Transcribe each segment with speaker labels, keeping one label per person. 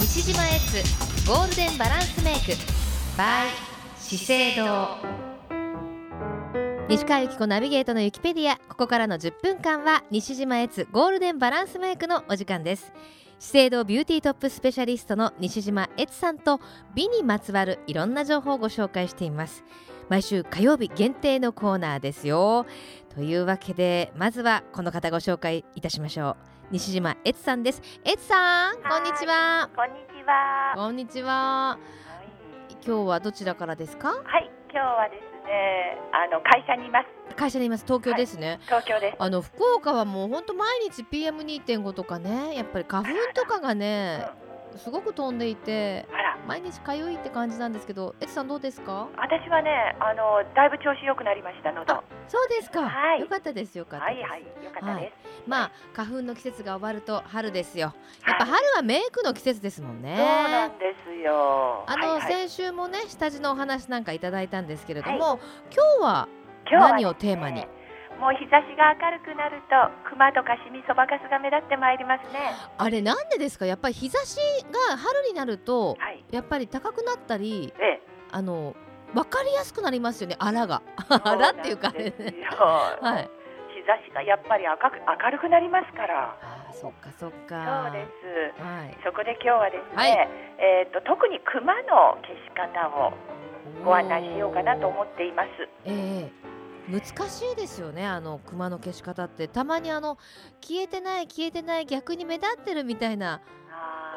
Speaker 1: 西島エッツゴールデンバランスメイク by 資生堂西川由紀子ナビゲートのユキペディアここからの10分間は西島エッツゴールデンバランスメイクのお時間です資生堂ビューティートップスペシャリストの西島悦さんと美にまつわるいろんな情報をご紹介しています毎週火曜日限定のコーナーですよというわけでまずはこの方ご紹介いたしましょう西島悦さんです悦さんこんにちは
Speaker 2: こんにちは。は、
Speaker 1: こんにちはい今日はどちらからですか
Speaker 2: はい今日はですね、あの会社にいます。
Speaker 1: 会社にいます東京ですね、
Speaker 2: 東京です。
Speaker 1: あの福岡はもう本当毎日 PM2.5 とかねやっぱり花粉とかがねすごく飛んでいて
Speaker 2: あら、
Speaker 1: 毎日通いって感じなんですけど、エツさんどうですか？
Speaker 2: 私はね、あのだいぶ調子良くなりました喉。
Speaker 1: あそうですか。
Speaker 2: はい
Speaker 1: よかったですよかった
Speaker 2: は
Speaker 1: です。
Speaker 2: いはい、よかったです。
Speaker 1: まあ花粉の季節が終わると春ですよ。やっぱ
Speaker 2: はい
Speaker 1: 春はメイクの季節ですもん
Speaker 2: そうな
Speaker 1: ね。
Speaker 2: んですよ。
Speaker 1: あ
Speaker 2: は
Speaker 1: の
Speaker 2: いはい
Speaker 1: 先週もね下地のお話なんかいただいたんですけれども、今日は
Speaker 2: 今日は
Speaker 1: 何をテーマに
Speaker 2: ですねもう日差しが明るくなると熊とかシミそばかすが目立ってまいりますね。
Speaker 1: あれなんでですか？やっぱり日差しが春になると
Speaker 2: はい。
Speaker 1: やっぱり高くなったり
Speaker 2: ええ、
Speaker 1: あの分かりやすくなりますよねあらがあらっていうか
Speaker 2: そうなん
Speaker 1: ね
Speaker 2: ですよ
Speaker 1: はい
Speaker 2: 日差しがやっぱり赤く明るくなりますから。
Speaker 1: あーそっかそっ
Speaker 2: そ
Speaker 1: か
Speaker 2: うです。
Speaker 1: はい
Speaker 2: そこで今日はですね、
Speaker 1: はい
Speaker 2: えっ、と特に熊の消し方をご案内しようかなと思っています。
Speaker 1: ええ難しいですよねあの熊の消し方ってたまにあの消えてない消えてない逆に目立ってるみたいな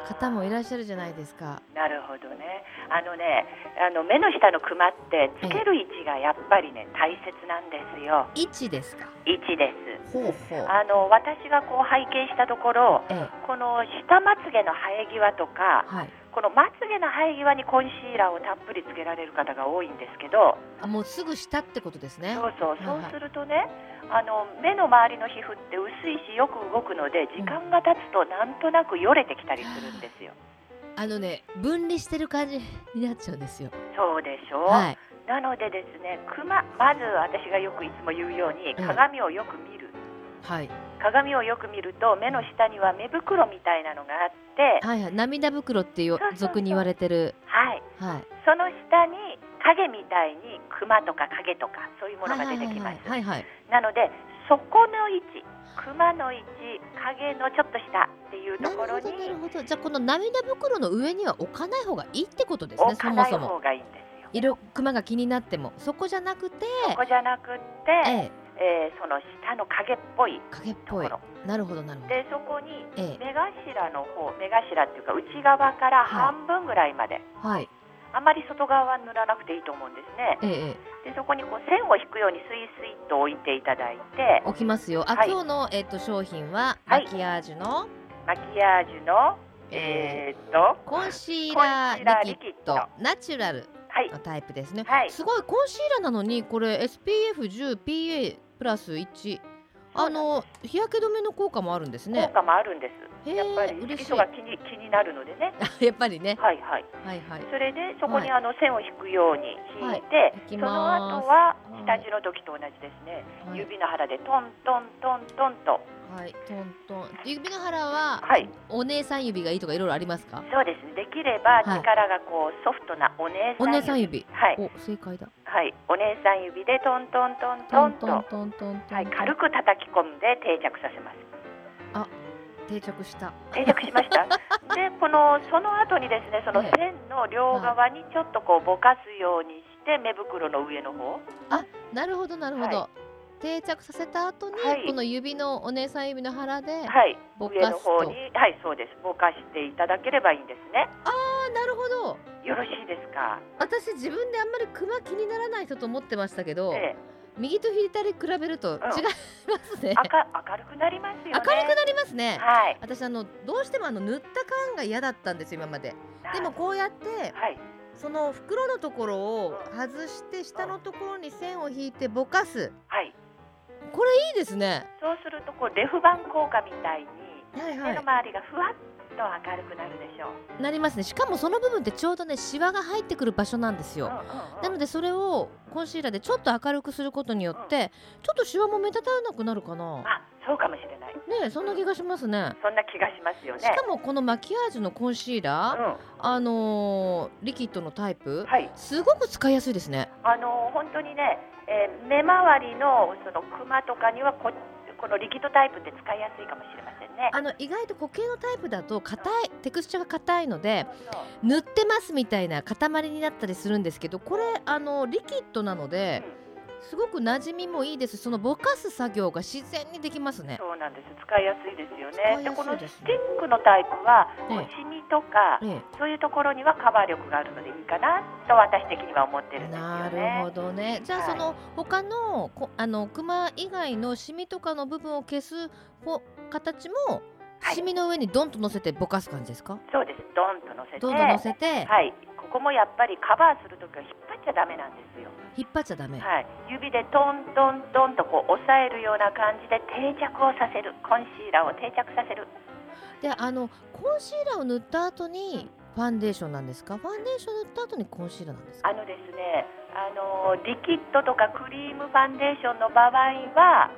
Speaker 1: 方もいらっしゃるじゃないですか
Speaker 2: なるほどね。あのね、あの目の下の熊ってつける位置がやっぱりね大切なんですよ。
Speaker 1: 位置ですか
Speaker 2: 位置です。
Speaker 1: ほうほう
Speaker 2: あの私がこう拝見したところ、
Speaker 1: ええ
Speaker 2: この下まつげの生え際とか、
Speaker 1: はい
Speaker 2: このまつげの生え際にコンシーラーをたっぷりつけられる方が多いんですけど、
Speaker 1: あもうすぐ下ってことですね
Speaker 2: そうそう、そ
Speaker 1: はいうはい
Speaker 2: するとね、あの目の周りの皮膚って薄いしよく動くので時間が経つとなんとなくよれてきたりするんですよ。
Speaker 1: あのね分離してる感じになっちゃうんですよ
Speaker 2: そうでしょう。
Speaker 1: はい
Speaker 2: なのでですね、クマまず私がよくいつも言うように
Speaker 1: うん
Speaker 2: 鏡をよく見る。
Speaker 1: はい
Speaker 2: 鏡をよく見ると目の下には目袋みたいなのがあって、
Speaker 1: はいはい涙袋ってよ
Speaker 2: そうそうそう
Speaker 1: 俗に言われてる
Speaker 2: はい、
Speaker 1: はい
Speaker 2: その下に影みたいにクマとか影とかそういうものが出てきます。
Speaker 1: はいはいはいはいはい
Speaker 2: なのでそこの位置、クマの位置、影のちょっと下っていうと
Speaker 1: なる
Speaker 2: ころ
Speaker 1: ほ
Speaker 2: に
Speaker 1: どなるほどじゃあこの涙袋の上には置かない方がいいってことですね
Speaker 2: 置
Speaker 1: そ
Speaker 2: か
Speaker 1: も
Speaker 2: ない
Speaker 1: そも
Speaker 2: 方がいいんですよ。
Speaker 1: 色クマが気になってもそこじゃなくて
Speaker 2: そこじゃなくって、
Speaker 1: え
Speaker 2: え
Speaker 1: え
Speaker 2: ーその下の影っぽい
Speaker 1: 影っ
Speaker 2: と
Speaker 1: ぽ
Speaker 2: こ
Speaker 1: い
Speaker 2: ろ
Speaker 1: なるほどなるほど
Speaker 2: でそこに
Speaker 1: ええ
Speaker 2: 目頭の方目頭っていうか内側から半分ぐらいまで、
Speaker 1: はい
Speaker 2: あまり外側は塗らなくていいと思うんですね
Speaker 1: えええ
Speaker 2: でそこにこう線を引くようにスイスイと置いていただい
Speaker 1: え
Speaker 2: て
Speaker 1: 置きますよあ、
Speaker 2: はい
Speaker 1: 今日のえっと商品は
Speaker 2: は
Speaker 1: マ
Speaker 2: い
Speaker 1: キアージュの、
Speaker 2: マキアージュの
Speaker 1: え
Speaker 2: えーっと
Speaker 1: ーコンシーラーリキッド
Speaker 2: コンシーラー
Speaker 1: ナチュラル
Speaker 2: はい
Speaker 1: のタイプですね、
Speaker 2: はい
Speaker 1: すごいコンシーラーなのにこれ SPF10PA プラス1あの日焼け止めの効果もあるんです
Speaker 2: 効
Speaker 1: ね
Speaker 2: 果もあるんです、
Speaker 1: へー
Speaker 2: やっぱり
Speaker 1: 嬉しい
Speaker 2: 色素が気に気になるのでね
Speaker 1: やっぱりね
Speaker 2: はいはい
Speaker 1: はいはい
Speaker 2: それでそこに
Speaker 1: は
Speaker 2: あの線を引くように引いて、
Speaker 1: い行き
Speaker 2: そ
Speaker 1: ま
Speaker 2: の
Speaker 1: ーす
Speaker 2: 後は
Speaker 1: はい
Speaker 2: 下地の時と同じですね、
Speaker 1: はい
Speaker 2: 指の腹でトントントントンと
Speaker 1: はい、トントン。指の腹は、
Speaker 2: はい
Speaker 1: お姉さん指がいいとかいろいろありますか？
Speaker 2: そうですねできれば
Speaker 1: はい
Speaker 2: 力がこうソフトなお姉
Speaker 1: お
Speaker 2: さん
Speaker 1: 姉さん
Speaker 2: 指
Speaker 1: 指。
Speaker 2: はい
Speaker 1: お、正解だ。
Speaker 2: はいお姉さん指でトントントン
Speaker 1: ト
Speaker 2: ト
Speaker 1: ン
Speaker 2: ンと
Speaker 1: トントントントン。
Speaker 2: はい、軽く叩き込んで定着さ せます
Speaker 1: 定着した。
Speaker 2: 定着しましたでこのその後にですねその
Speaker 1: ええ
Speaker 2: 線の両側にちょっとこうぼかすようにして目袋の上の方
Speaker 1: なるほどなるほど。
Speaker 2: は
Speaker 1: 定着させた後に、
Speaker 2: はい
Speaker 1: この指のお姉さん指の腹で、
Speaker 2: はい
Speaker 1: ぼか
Speaker 2: 上の
Speaker 1: すと。
Speaker 2: 方にはいそうですぼかしていただければいいんですね
Speaker 1: あ、なるほど。
Speaker 2: よろしいですか、
Speaker 1: 私自分であんまりクマ気にならない人と思ってましたけど、
Speaker 2: ええ、
Speaker 1: 右と左比べると違いますね。
Speaker 2: あか明るくなりますよね
Speaker 1: 明るくなりますね。
Speaker 2: はい
Speaker 1: 私あのどうしてもあの塗った感が嫌だったんですよ今まで。でもこうやって
Speaker 2: はい
Speaker 1: その袋のところを外して下のところに線を引いてぼかす
Speaker 2: はい
Speaker 1: これいいですね
Speaker 2: そうするとこうレフ板効果みたいに
Speaker 1: はい
Speaker 2: 目の
Speaker 1: は
Speaker 2: 周りがふわっと明るくなるでしょう。
Speaker 1: いなりますねしかもその部分ってちょうどねシワが入ってくる場所なんです
Speaker 2: うん
Speaker 1: よ
Speaker 2: うんうん
Speaker 1: なのでそれをコンシーラーでちょっと明るくすることによってちょっとシワも目立たなくなるかな
Speaker 2: あ、そうかもしれない。
Speaker 1: ねえそんな気がしますね
Speaker 2: そんな気がしますよね。
Speaker 1: しかもこのマキアージュのコンシーラーあのーリキッドのタイ
Speaker 2: う
Speaker 1: プ
Speaker 2: ん、はい。
Speaker 1: すごく使いやすいですね
Speaker 2: あの本当にね、えー目周りのそのクマとかにはここのリキッドタイプって使いやすいかもしれませんね。
Speaker 1: あの意外と固形のタイプだと硬いテクスチャーが硬いので
Speaker 2: そう
Speaker 1: 塗ってますみたいな塊になったりするんですけどこれあのリキッドなのですごく馴染みもいいですしそのぼかす作業が自然にできますね。
Speaker 2: そうなんです。使いやすいですよ
Speaker 1: 使いやす
Speaker 2: ね。
Speaker 1: い
Speaker 2: でこの
Speaker 1: で
Speaker 2: ス
Speaker 1: す
Speaker 2: ティックのタイプは、
Speaker 1: ええ
Speaker 2: こうシミとか、
Speaker 1: え
Speaker 2: そういうところにはカバー力があるのでいいかなと私的には思って
Speaker 1: え
Speaker 2: るんですよ
Speaker 1: な
Speaker 2: ね。
Speaker 1: るほどねじゃあ
Speaker 2: はい
Speaker 1: その他のこあのクマ以外のシミとかの部分を消すこう形も
Speaker 2: はい
Speaker 1: シミの上にドンと乗せてぼかす感じですか
Speaker 2: そうです。ドンと乗せて。
Speaker 1: ドンと乗せて
Speaker 2: はい。ここもやっぱりカバーするときは引っ張っちゃダメなんですよ。
Speaker 1: 引っ張っちゃダメ
Speaker 2: はい。指でトントントンとこう押さえるような感じで定着をさせる。コンシーラーを定着させる。
Speaker 1: であのコンシーラーを塗った後にファンデーションなんですかファンデーション塗った後にコンシーラーなんですか
Speaker 2: あのですね、あのリキッドとかクリームファンデーションの場合は、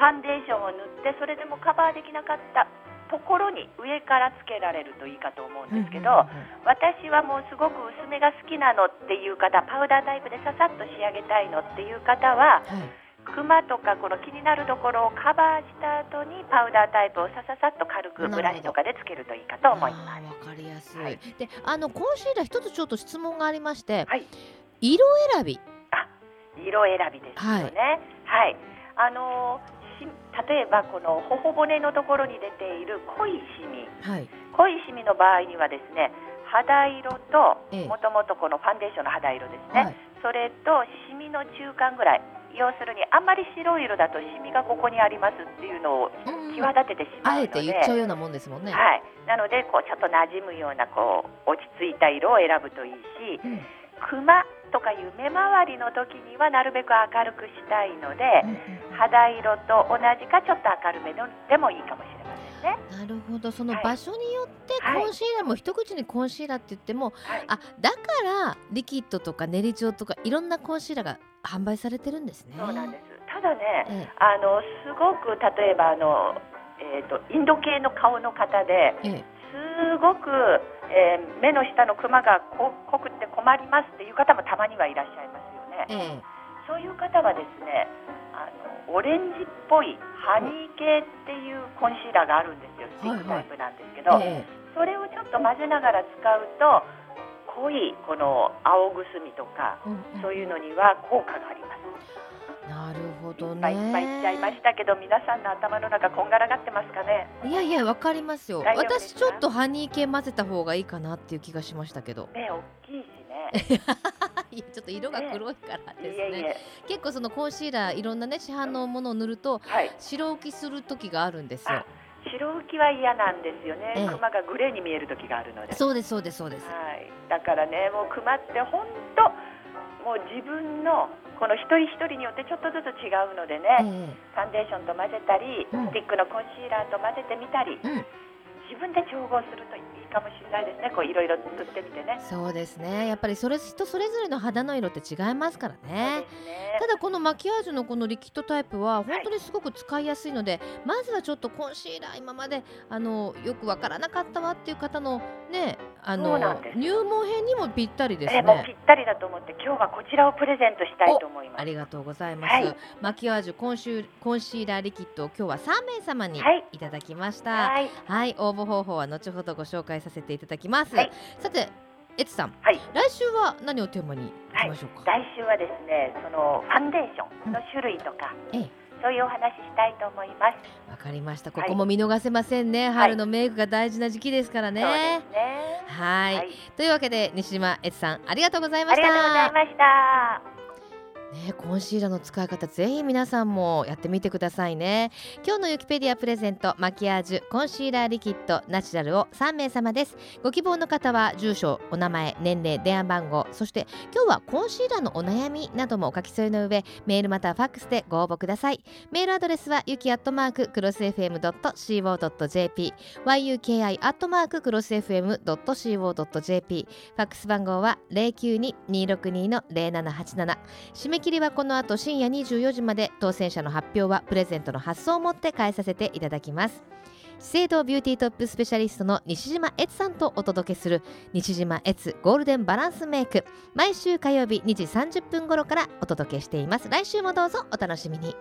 Speaker 2: ファンデーションを塗ってそれでもカバーできなかったところに上からつけられるといいかと思うんですけど、私はもうすごく薄めが好きなのっていう方、パウダータイプでささっと仕上げたいのっていう方は、
Speaker 1: はい
Speaker 2: クマとかこの気になるところをカバーした後にパウダータイプをさささっと軽くブラシとかでつけるといいかと思います。
Speaker 1: あーわかりやすい。
Speaker 2: はい
Speaker 1: で、あのコンシーラー一つちょっと質問がありまして、
Speaker 2: はい
Speaker 1: 色選び、
Speaker 2: 色選びですよね。はい、あのし例えばこの頬骨のところに出ている濃いシミ、
Speaker 1: はい、
Speaker 2: 濃いシミの場合にはですね、肌色
Speaker 1: ええ
Speaker 2: ともともとこのファンデーションの肌色ですね。
Speaker 1: はい、
Speaker 2: それとシミの中間ぐらい。要するにあんまり白い色だとシミがここにありますっていうのを
Speaker 1: うん
Speaker 2: 際立ててしま
Speaker 1: あ
Speaker 2: うの
Speaker 1: え
Speaker 2: で、
Speaker 1: て言っちゃうようなもんですもんね。
Speaker 2: はい、なのでこうちょっと馴染むようなこう落ち着いた色を選ぶといいし、
Speaker 1: うん
Speaker 2: クマとかいう目周りの時にはなるべく明るくしたいので
Speaker 1: うんうん、
Speaker 2: 肌色と同じかちょっと明るめのでもいいかもしれませんね。
Speaker 1: なるほど、その
Speaker 2: はい
Speaker 1: 場所によって
Speaker 2: はい
Speaker 1: コンシーラーも一口にコンシーラーって言っても、
Speaker 2: はい、
Speaker 1: あ、だからリキッドとか練り状とかいろんなコンシーラーが販売されてるんですね。
Speaker 2: そうなんです。ただね、
Speaker 1: え
Speaker 2: あのすごく例えばあのえっ、とインド系の顔の方で
Speaker 1: え、え
Speaker 2: すごく、えー目の下のクマがこ濃くて困りますっていう方もたまにはいらっしゃいますよ
Speaker 1: え、
Speaker 2: ね。
Speaker 1: え
Speaker 2: そういう方はですね、あのオレンジっぽいハニー系っていうコンシーラーがあるんですよ、スティックタイプなんですけど、
Speaker 1: え、え
Speaker 2: それをちょっと混ぜながら使うと、濃いこの青くすみとか、
Speaker 1: え、うんうん
Speaker 2: そういうのには効果があります。
Speaker 1: なるほど
Speaker 2: いっ
Speaker 1: ね。
Speaker 2: ぱいいっぱい言っちゃいましたけど、皆さんの頭の中こんがらがってますかね。
Speaker 1: いやいやわかりますよ
Speaker 2: 大丈夫です
Speaker 1: 私
Speaker 2: か
Speaker 1: ちょっとハニー系混ぜた方がいいかなっていう気がしましたけど
Speaker 2: 目大 きいしね。
Speaker 1: いやちょっと色が黒いから
Speaker 2: いえ
Speaker 1: です
Speaker 2: い
Speaker 1: ね
Speaker 2: え、
Speaker 1: 結構そのコンシーラーいろんなね市販のものを塗ると
Speaker 2: はい。
Speaker 1: 白浮きする時があるんですよ
Speaker 2: あ白浮きは嫌なんですよね
Speaker 1: ええ。
Speaker 2: クマがグレーに見える時があるので。
Speaker 1: そうですそうですそうです
Speaker 2: はい、だからね、もう熊って本当、もう自分のこの一人一人によってちょっとずつ違うのでね、
Speaker 1: え
Speaker 2: ファンデーションと混ぜたり、
Speaker 1: うん
Speaker 2: スティックのコンシーラーと混ぜてみたり、
Speaker 1: うん
Speaker 2: 自分で調合するといいかもしれないですね、こういろいろ塗ってみて
Speaker 1: え
Speaker 2: ね。
Speaker 1: そうですねやっぱりそれ人それぞれの肌の色って違いますから
Speaker 2: そう
Speaker 1: ね
Speaker 2: です
Speaker 1: た
Speaker 2: ね
Speaker 1: だこのマキアージュのこのリキッドタイプは本当にすごく使いやすいので、まずはちょっとコンシーラー今まであのよくわからなかったわっていう方のねあ
Speaker 2: そう
Speaker 1: の
Speaker 2: なんです
Speaker 1: 入門編にもぴったりです
Speaker 2: ええもう
Speaker 1: ね
Speaker 2: ぴ。ったりだと思って、今日はこちらをプレゼントしたいと思います。
Speaker 1: ありがとうございます。
Speaker 2: はい
Speaker 1: マキアージュコンシュコンシーラーリキッドを今日は3名様に
Speaker 2: はい
Speaker 1: いただきました。はい、
Speaker 2: はい、
Speaker 1: 応募方法は後ほどご紹介させていただきます。
Speaker 2: はい
Speaker 1: さて、エツさん、
Speaker 2: はい
Speaker 1: 来週は何をテーマにいきましょうか。
Speaker 2: 来週はですね、そのファンデーションの種類とか、
Speaker 1: ええ
Speaker 2: そういうお話ししたいと思います。
Speaker 1: わかりました。こ
Speaker 2: はい
Speaker 1: こも見逃せませんね。春のメイクが大事な時期ですからね。
Speaker 2: そう
Speaker 1: は
Speaker 2: で
Speaker 1: い
Speaker 2: すね。と
Speaker 1: というわけで西島エツさんありがとうございま
Speaker 2: あ
Speaker 1: し
Speaker 2: り
Speaker 1: た。
Speaker 2: がとうございました。
Speaker 1: ね、コンシーラーの使い方ぜひ皆さんもやってみてくださいね今日のユキペディアプレゼントマキアージュコンシーラーリキッドナチュラルを3名様ですご希望の方は住所お名前年齢電話番号そして今日はコンシーラーのお悩みなどもお書き添えの上メールまたはファックスでご応募くださいメールアドレスはユキアットマーククロス FM.co.jp yuki アットマーククロス FM.co.jp ファックス番号は092-262-0787締め切りはこの後深夜24時まで当選者の発表はプレゼントの発送をもって返させていただきます資生堂ビューティートップスペシャリストの西島悦さんとお届けする西島悦ゴールデンバランスメイク毎週火曜日2時30分頃からお届けしています来週もどうぞお楽しみに